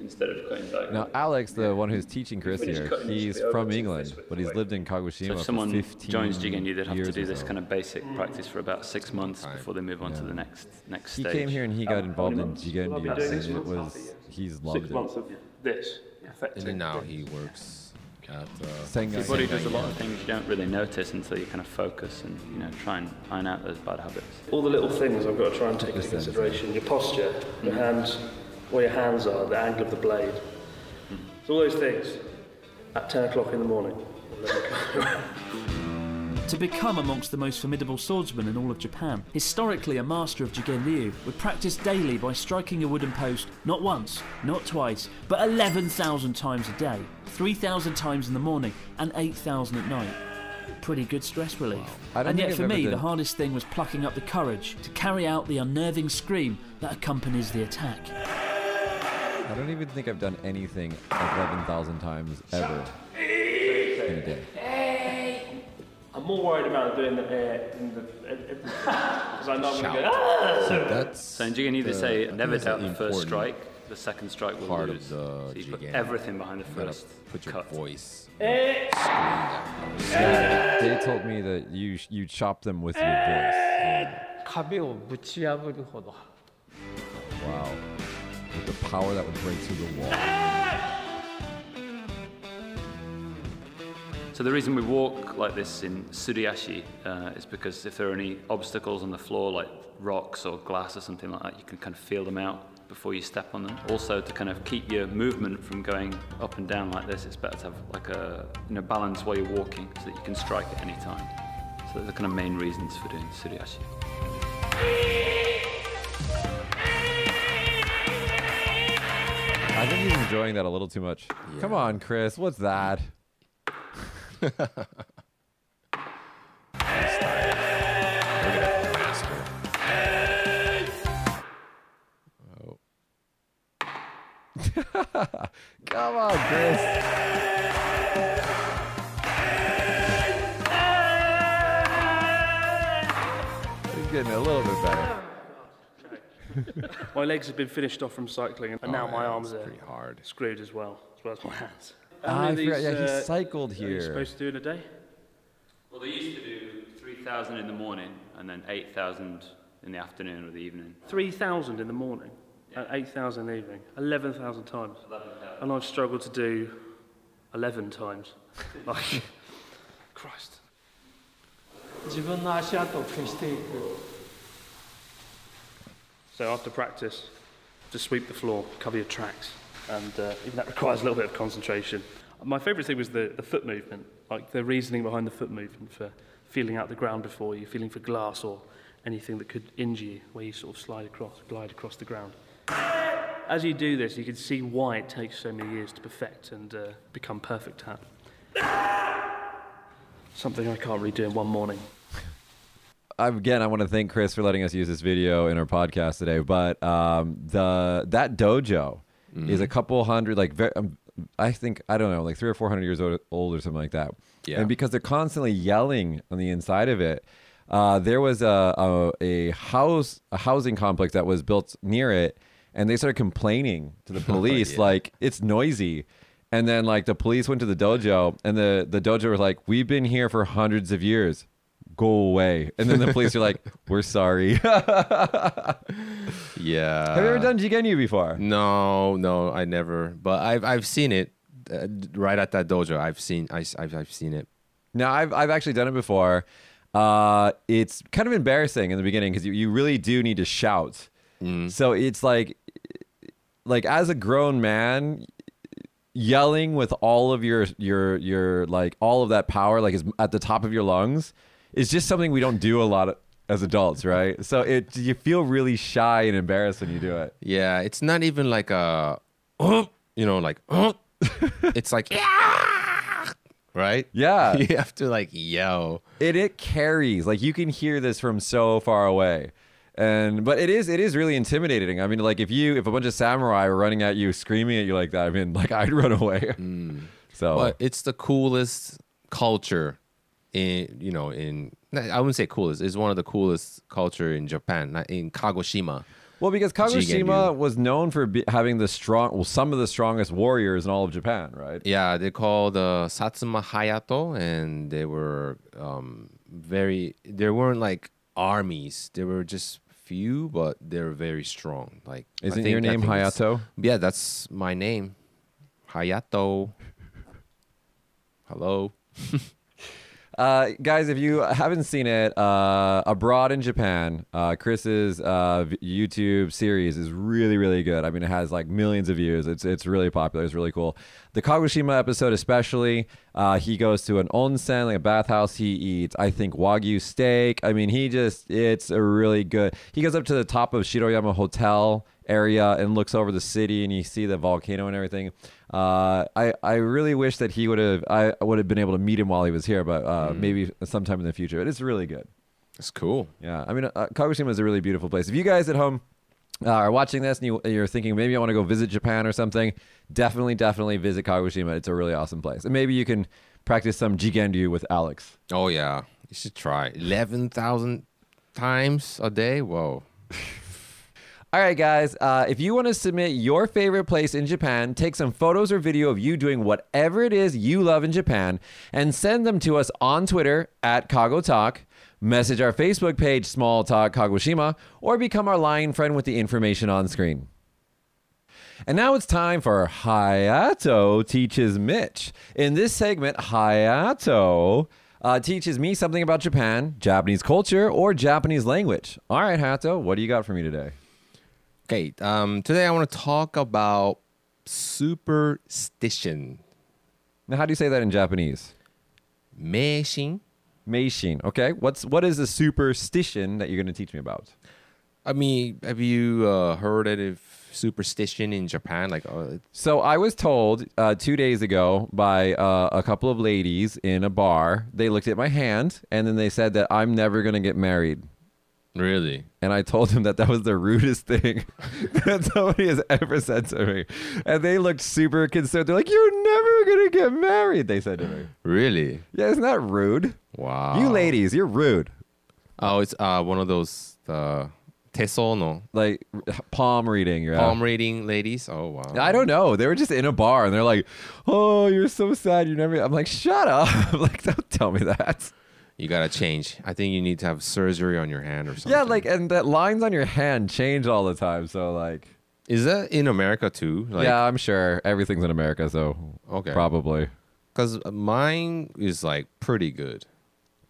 instead of cutting back.
Now, Alex, the one who's teaching Chris
Finish
here,
cutting this
he's
bit over
from
to
England,
this way.
but he's lived in Kagoshima
so if
for
someone
15
joins Jigenyu, they'd have to
years
do
or
this
so.
kind of basic practice for about
Mm.
six months before they move on to the next next
He
stage.
came here and he got
Um,
involved
how
in
many months? Well, I've been
Jigenyu,
doing
and
this
it
for half
was
a year.
he's
six
loved it.
months of this.
And
Effectively.
then now he works at. Uh,
Sengai.
Your body does a
Sengai.
lot of things you don't really notice until you kind of focus and you know try and iron out those bad habits.
All the little things I've got to try and take into consideration. Your posture, your hands, where your hands are, the angle of the blade. It's all those things. At 10 o'clock in the morning.
To become amongst the most formidable swordsmen in all of Japan, historically a master of Jigenryu would practice daily by striking a wooden post not once, not twice, but 11,000 times a day, 3,000 times in the morning, and 8,000 at night. Pretty good stress relief.
I don't think
And yet,
I've
for
ever
me, the
done-
hardest thing was plucking up the courage to carry out the unnerving scream that accompanies the attack.
I don't even think I've done anything 11,000 times ever in a day.
I'm more worried about doing the air and the because I know I'm going to go.
Shout.
Ah!
that's.
So in Jigenyu they
the-
say
I think
never
that's the
doubt the first
important
strike, the second strike will
part of
lose.
the
so you put
Jigenyu.
everything behind the
You gotta
first
put your
cut.
voice. Scream that.
They told me that you you chop them with your voice.
壁をぶち破るほど
Oh, Wow. With the power that would break through the wall.
So the reason we walk like this in Suriashi uh, is because if there are any obstacles on the floor, like rocks or glass or something like that, you can kind of feel them out before you step on them. Also, to kind of keep your movement from going up and down like this, it's better to have like a you know balance while you're walking so that you can strike at any time. So those are the kind of main reasons for doing Suriashi.
I think he's enjoying that a little too much. Come on, Chris. What's that? Come on, Chris. He's getting a little bit better.
My legs have been finished off from cycling, and now my arms are
Pretty hard.
screwed as well, as well as my hands.
Ah, I forgot. Yeah, he
uh,
cycled
are you
here.
supposed to do in a day?
Well, they used to do 3,000 in the morning and then 8,000 in the afternoon or the evening.
3,000 in the morning and 8,000 in the evening, 11,000 times. And I've struggled to do 11 times. Like, Christ.
自分の足跡を消していく
So after practice, just sweep the floor, cover your tracks, and uh, even that requires a little bit of concentration. My favourite thing was the, the foot movement, like the reasoning behind the foot movement for feeling out the ground before you, feeling for glass or anything that could injure you, where you sort of slide across, glide across the ground. As you do this, you can see why it takes so many years to perfect and uh, become perfect at. Something I can't redo in one morning.
I- again, I want to thank Chris for letting us use this video in our podcast today. But um, the that dojo is a couple hundred, like ve- um, I think I don't know, like three or four hundred years old, old or something like that.
Yeah.
And because they're constantly yelling on the inside of it, uh, there was a, a a house a housing complex that was built near it, and they started complaining to the police, like it's noisy. And then like the police went to the dojo, and the the dojo was like, "We've been here for hundreds of years." go away. And then the police are like, we're sorry. Have
Yeah.
you ever done Jigenyu before?
No, no, I never. But I've I've seen it uh, right at that dojo. I've seen I, have I've seen it.
No, I've, I've actually done it before. Uh, it's kind of embarrassing in the beginning because you, you really do need to shout. So it's like, like as a grown man, yelling with all of your your your like all of that power like is at the top of your lungs is just something we don't do a lot of, as adults, right? So it you feel really shy and embarrassed when you do it.
Yeah, it's not even like a, you know, like it's like "Yeah!" right.
Yeah.
you have to like yell.
it it carries like you can hear this from so far away and but it is it is really intimidating i mean like if you if a bunch of samurai were running at you screaming at you like that i mean like i'd run away
Hmm.
so
But it's the coolest culture in you know in I wouldn't say coolest. It's one of the coolest culture in Japan, not- in Kagoshima.
well because kagoshima
Jigenyu.
was known for be, having the strong well some of the strongest warriors in all of japan right
Yeah, they called uh, Satsuma Hayato, and they were um, very. There weren't like armies. There were just few, but they're very strong. Like, I
Isn't your
I
name
it's-
Hayato?
Yeah, that's my name, Hayato. Hello.
Uh, guys, if you haven't seen it, uh, abroad in Japan, uh, Chris's uh, v- YouTube series is really, really good. I mean, it has like millions of views. It's it's really popular. It's really cool. The Kagoshima episode, especially, uh, he goes to an onsen, like a bathhouse. He eats, I think, wagyu steak. I mean, he just it's a really good. He goes up to the top of Shiroyama Hotel area and looks over the city and you see the volcano and everything. Uh, I I really wish that he would have I would have been able to meet him while he was here, but uh, maybe sometime in the future. But it's really good.
That's cool.
Yeah, I mean, uh, Kagoshima is a really beautiful place. If you guys at home uh, are watching this and you, you're thinking maybe I want to go visit Japan or something, definitely, definitely visit Kagoshima. It's a really awesome place, and maybe you can practice some jigenryu with Alex.
Oh yeah, you should try eleven thousand times a day. Whoa.
All right, guys. Uh, if you want to submit your favorite place in Japan, take some photos or video of you doing whatever it is you love in Japan and send them to us on Twitter at Kago Talk. Message our Facebook page, Small Talk Kagoshima, or become our lion friend with the information on screen. And now it's time for Hayato Teaches Mitch. In this segment, Hayato uh, teaches me something about Japan, Japanese culture, or Japanese language. All right, Hayato, what do you got for me today?
Okay, um, today I want to talk about superstition.
Now, how do you say that in Japanese?
Meishin.
Meishin. Okay, what's what is the superstition that you're going to teach me about?
I mean, have you uh, heard of superstition in Japan? Like, uh,
So I was told uh, two days ago by uh, a couple of ladies in a bar. They looked at my hand and then they said that I'm never going to get married.
really?
And I told them that that was the rudest thing that somebody has ever said to me. And they looked super concerned. They're like, You're never going to get married, they said to me.
Really?
Yeah, isn't that rude?
Wow.
You ladies, you're rude.
Oh, it's uh, one of those uh, tesono
Like palm reading. Yeah.
palm reading ladies. Oh wow.
I don't know. They were just in a bar and they're like, Oh, you're so sad. You never. I'm like, Shut up. like, Don't tell me that.
You gotta change. I think you need to have surgery on your hand or something.
Yeah, like, and the lines on your hand change all the time. So, like,
is that in America too? Like,
yeah, I'm sure everything's in America. So,
Okay.
Probably.
Because uh, mine is like pretty good.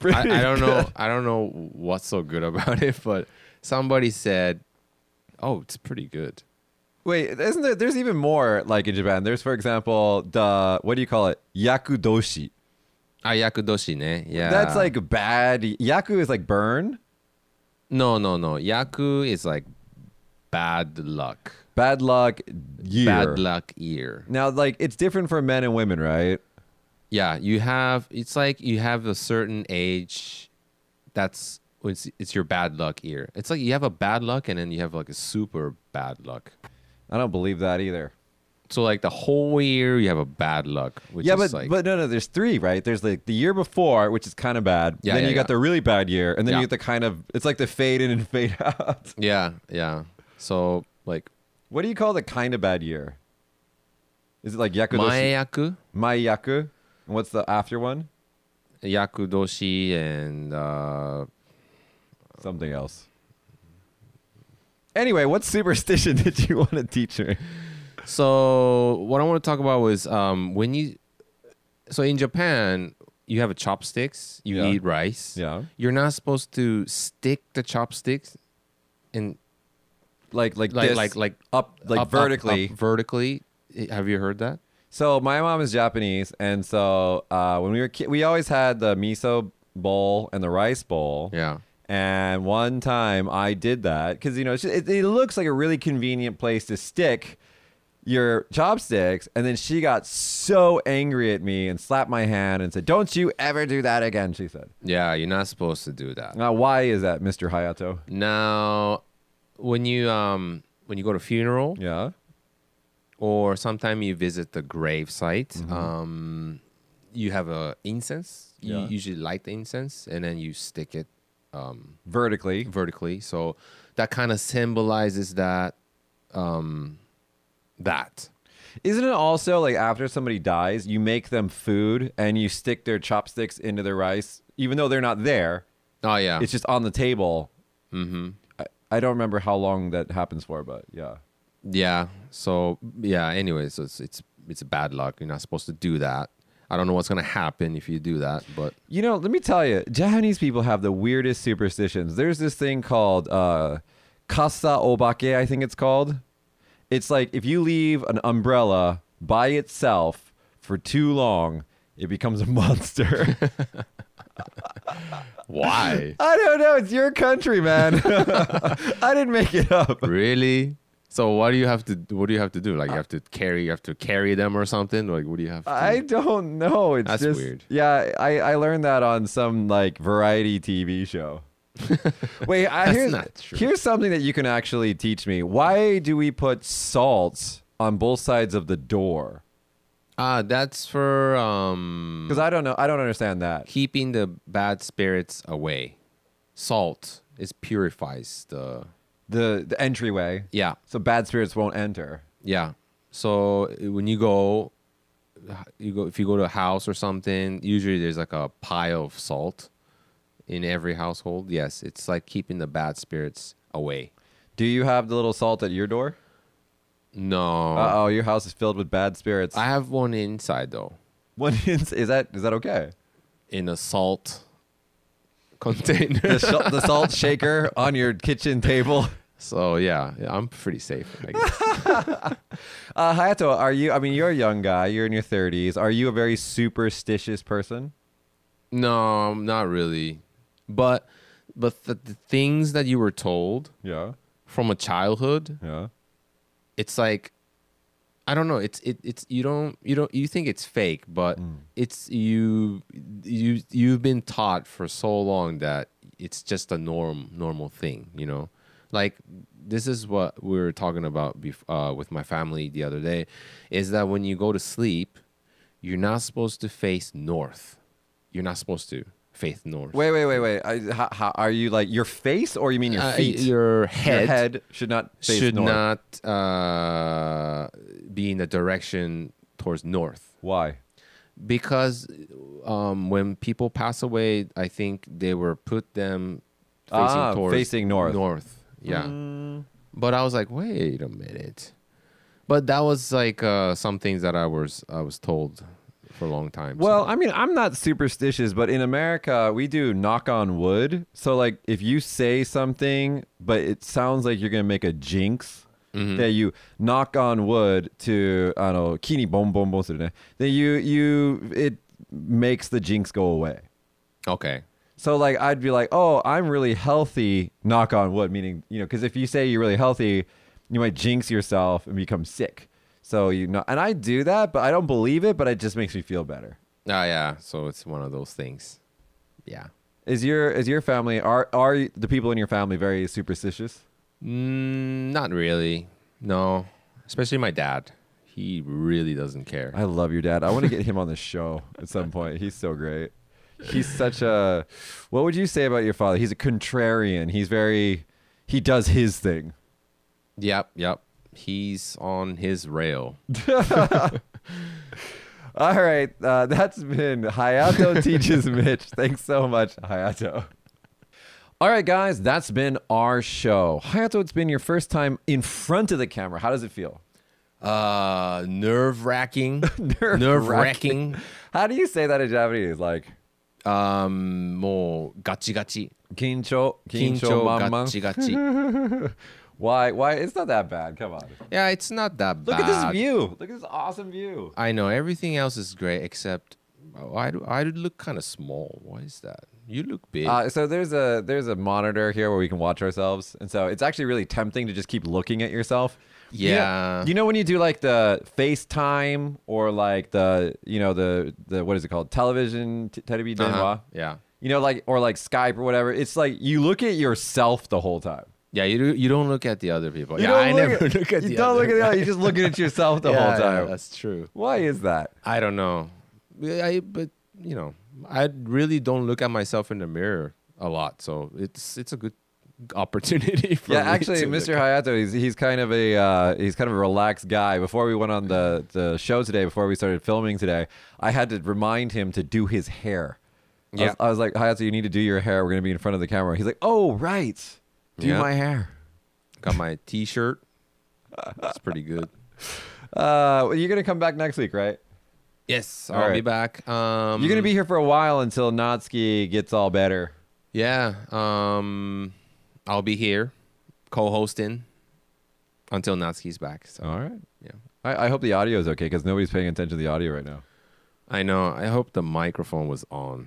I, I don't know. I don't know what's so good about it, but somebody said, "Oh, it's pretty good."
Wait, isn't there? There's even more like in Japan. There's, for example, the what do you call it? Yakudoshi.
Ah, yakudoshi ne. Yeah.
That's like bad. Yaku is like burn,
no, no, no. Yaku is like bad luck.
bad luck, year.
Bad luck year.
Now, like it's different for men and women, right?
Yeah, you have. It's like you have a certain age. That's it's, it's your bad luck year. It's like you have a bad luck, and then you have like a super bad luck.
I don't believe that either.
So like the whole year you have a bad luck. Which
yeah,
is
but
like,
but no, no. There's three, right? There's like the year before, which is kind of bad.
Yeah,
then
yeah,
you got
yeah.
the really bad year, and then
Yeah.
you get the kind of it's like the fade in and fade out.
Yeah, yeah. So like
What do you call the kind of bad year? Is it like yakudoshi?
Maeyaku,
My yaku. And what's the after one?
Yakudoshi, and uh,
Something else. Anyway, what superstition did you want to teach me?
so what I want to talk about was um when you so in Japan you have a chopsticks, you
Yeah.
eat rice.
Yeah.
You're not supposed to stick the chopsticks in
Like like
like
this,
like like
up like
up, up,
vertically.
up, vertically. Have you heard that?
So my mom is Japanese, and so uh, when we were ki- we always had the miso bowl and the rice bowl.
Yeah.
And one time I did that because you know it's ju- it, it looks like a really convenient place to stick your chopsticks, and then she got so angry at me and slapped my hand and said, "Don't you ever do that again," she said.
Yeah, you're not supposed to do that.
Now, why is that, Mr. Hayato?
Now, when you um when you go to funeral,
Yeah.
or sometime you visit the grave site.
Mm-hmm.
Um, you have a incense.
Yeah.
You usually light the incense and then you stick it um,
Vertically.
vertically. So that kind of symbolizes that um, that.
Isn't it also like after somebody dies, you make them food and you stick their chopsticks into their rice, even though they're not there?
Oh yeah,
It's just on the table. Mm-hmm. I, I don't remember how long that happens for, but yeah.
yeah. So yeah. Anyway, so it's it's it's bad luck. You're not supposed to do that. I don't know what's gonna happen if you do that, but
You know, let me tell you, Japanese people have the weirdest superstitions. There's this thing called uh, kasa obake, I think it's called. It's like if you leave an umbrella by itself for too long, it becomes a monster.
why?
I don't know. It's your country, man. I didn't make it up.
really? So what do you have to? What do you have to do? Like you have to carry, you have to carry them or something. Like what do you have? to
I don't know. It's
Hmm. That's
just
weird.
Yeah, I, I learned that on some like variety TV show. Wait, I,
That's
here's
not true.
here's something that you can actually teach me. Why do we put salts on both sides of the door?
Ah, that's for um
Because I don't know. I don't understand that.
keeping the bad spirits away. Salt is purifies the
the the entryway.
Yeah.
So bad spirits won't enter.
Yeah. So uh, when you go, you go if you go to a house or something, usually there's like a pile of salt in every household. Yes, it's like keeping the bad spirits away.
Do you have the little salt at your door?
No,
Uh oh, your house is filled with bad spirits.
I have one inside though,
What is is that? Is that okay?
in a salt container.
The, sh- the salt shaker on your kitchen table.
so yeah, yeah, I'm pretty safe. I guess.
Uh, Hayato, are you? I mean, you're a young guy. You're in your 30s. Are you a very superstitious person?
no, I'm not really, but but the, the things that you were told
Yeah.
from a childhood
Yeah.
it's like I don't know. It's it, it's you don't you don't you think it's fake, but it's you you you've been taught for so long that it's just a norm normal thing, you know. Like this is what we were talking about bef- uh, with my family the other day, is that when you go to sleep, you're not supposed to face north. You're not supposed to face north.
Wait, wait, wait, wait. I, how, how, are you like your face or you mean your
Uh,
feet?
your head,
Your head should not face
should
north.
not uh, be in the direction towards north
Why?
because um, when people pass away, I think they were put them facing
Ah,
towards
facing north. Mm.
North, yeah. But I was like, wait a minute. But that was like uh, some things that I was I was told for a long time. so-
Well, I mean, I'm not superstitious, but in America, we do knock on wood. So, like, if you say something, but it sounds like you're going to make a jinx, that you knock on wood to, I don't know, kini bom bom bom, then you, you, it makes the jinx go away.
okay,
So like I'd be like, "Oh, I'm really healthy." Knock on wood, meaning you know, because if you say you're really healthy, you might jinx yourself and become sick. So you know, and I do that, but I don't believe it. But it just makes me feel better.
ah, yeah. So it's one of those things. Yeah.
Is your is your family are are you- the people in your family very superstitious?
Mm, not really. No, especially my dad. He really doesn't care.
I love your dad. I want to get him on the show at some point. He's so great. He's such a. What would you say about your father? He's a contrarian. He's very. He does his thing.
Yep, yep. He's on his rail.
All right, uh, that's been Hayato teaches Mitch. Thanks so much, Hayato. All right, guys, that's been our show. Hayato, it's been your first time in front of the camera. How does it feel?
Uh, nerve wracking. nerve
Nerve-wracking.
wracking.
How do you say that in Japanese? Like
Um, more gachi gachi.
kincho, kincho,
Kincho
mamma.
gachi gachi.
Why? Why? It's not that bad. Come on.
yeah, it's not that
Look
bad.
at this view. Look at this awesome view.
I know everything else is great except oh, I do, I do look kind of small. Why is that? You look big.
Uh, so there's a there's a monitor here where we can watch ourselves, and so it's actually really tempting to just keep looking at yourself. You know-
Yeah.
you know when you do like the FaceTime or like the you know the the what is it called television t- TV
Uh-huh.
Denwa?
Yeah.
You know like or like Skype or whatever. It's like you look at yourself the whole time.
yeah, you do, you don't look at the other people.
You
yeah,
don't
I never
at,
look at
you
the
don't
other.
look at the other. You're just looking at yourself the
yeah,
whole
yeah,
time.
that's true.
Why is that?
I don't know. I but you know, I really don't look at myself in the mirror a lot, so it's it's a good opportunity for
Yeah,
me
actually,
to
Mr.
look-
Hayato, he's he's kind of a uh, he's kind of a relaxed guy. Before we went on the the show today, before we started filming today, I had to remind him to do his hair. I
Yeah.
was, I was like, Hayato, you need to do your hair. We're gonna be in front of the camera. He's like, Oh, right, do
Yeah.
my hair.
got my T-shirt. It's pretty good.
Uh, well, you're gonna come back next week, right?
Yes,
All
I'll be
right.
back. Um,
You're gonna be here for a while until Natsuki gets all better.
yeah. Um, I'll be here co-hosting until Natsuki's back. So
All right.
yeah,
I, I hope the audio is okay because nobody's paying attention to the audio right now.
I know. I hope the microphone was on.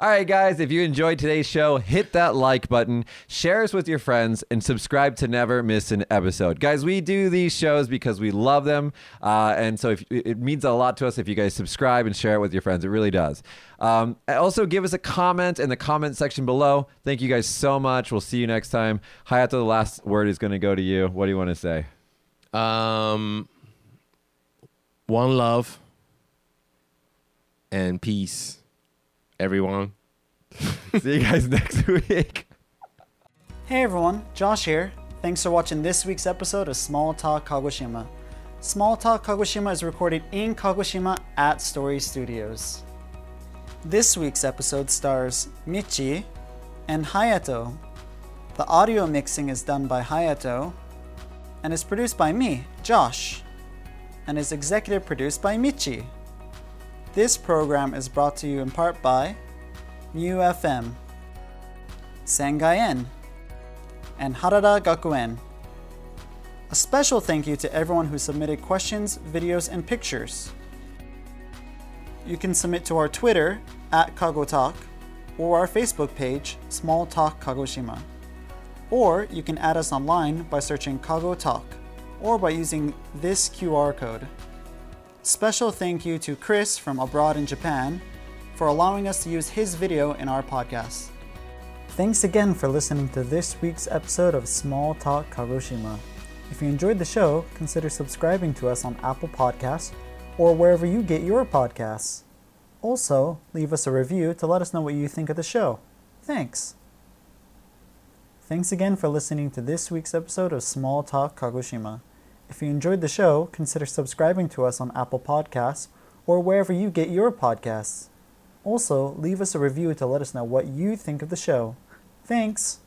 All right, guys, if you enjoyed today's show, hit that like button, share us with your friends, and subscribe to never miss an episode. Guys, we do these shows because we love them. Uh, and so if, it means a lot to us if you guys subscribe and share it with your friends. It really does. Um, and also, give us a comment in the comment section below. Thank you guys so much. We'll see you next time. Hayato, the last word is going to go to you. What do you want to say?
Um, one love and peace, everyone.
see you guys next week.
Hey everyone, Josh here. Thanks for watching this week's episode of Small Talk Kagoshima. Small Talk Kagoshima is recorded in Kagoshima at Story Studios. This week's episode stars Michi and Hayato. The audio mixing is done by Hayato and is produced by me, Josh, and is executive produced by Michi. This program is brought to you in part by Mu FM, Sangayen, and Harada Gakuen. A special thank you to everyone who submitted questions, videos, and pictures. You can submit to our Twitter at Kagotalk or our Facebook page, Small Talk Kagoshima. Or you can add us online by searching Kagotalk or by using this QR code. Special thank you to Chris from abroad in Japan for allowing us to use his video in our podcast. Thanks again for listening to this week's episode of Small Talk Kagoshima. If you enjoyed the show, consider subscribing to us on Apple Podcasts or wherever you get your podcasts. Also, leave us a review to let us know what you think of the show. Thanks. Thanks again for listening to this week's episode of Small Talk Kagoshima. If you enjoyed the show, consider subscribing to us on Apple Podcasts or wherever you get your podcasts. Also, leave us a review to let us know what you think of the show. Thanks!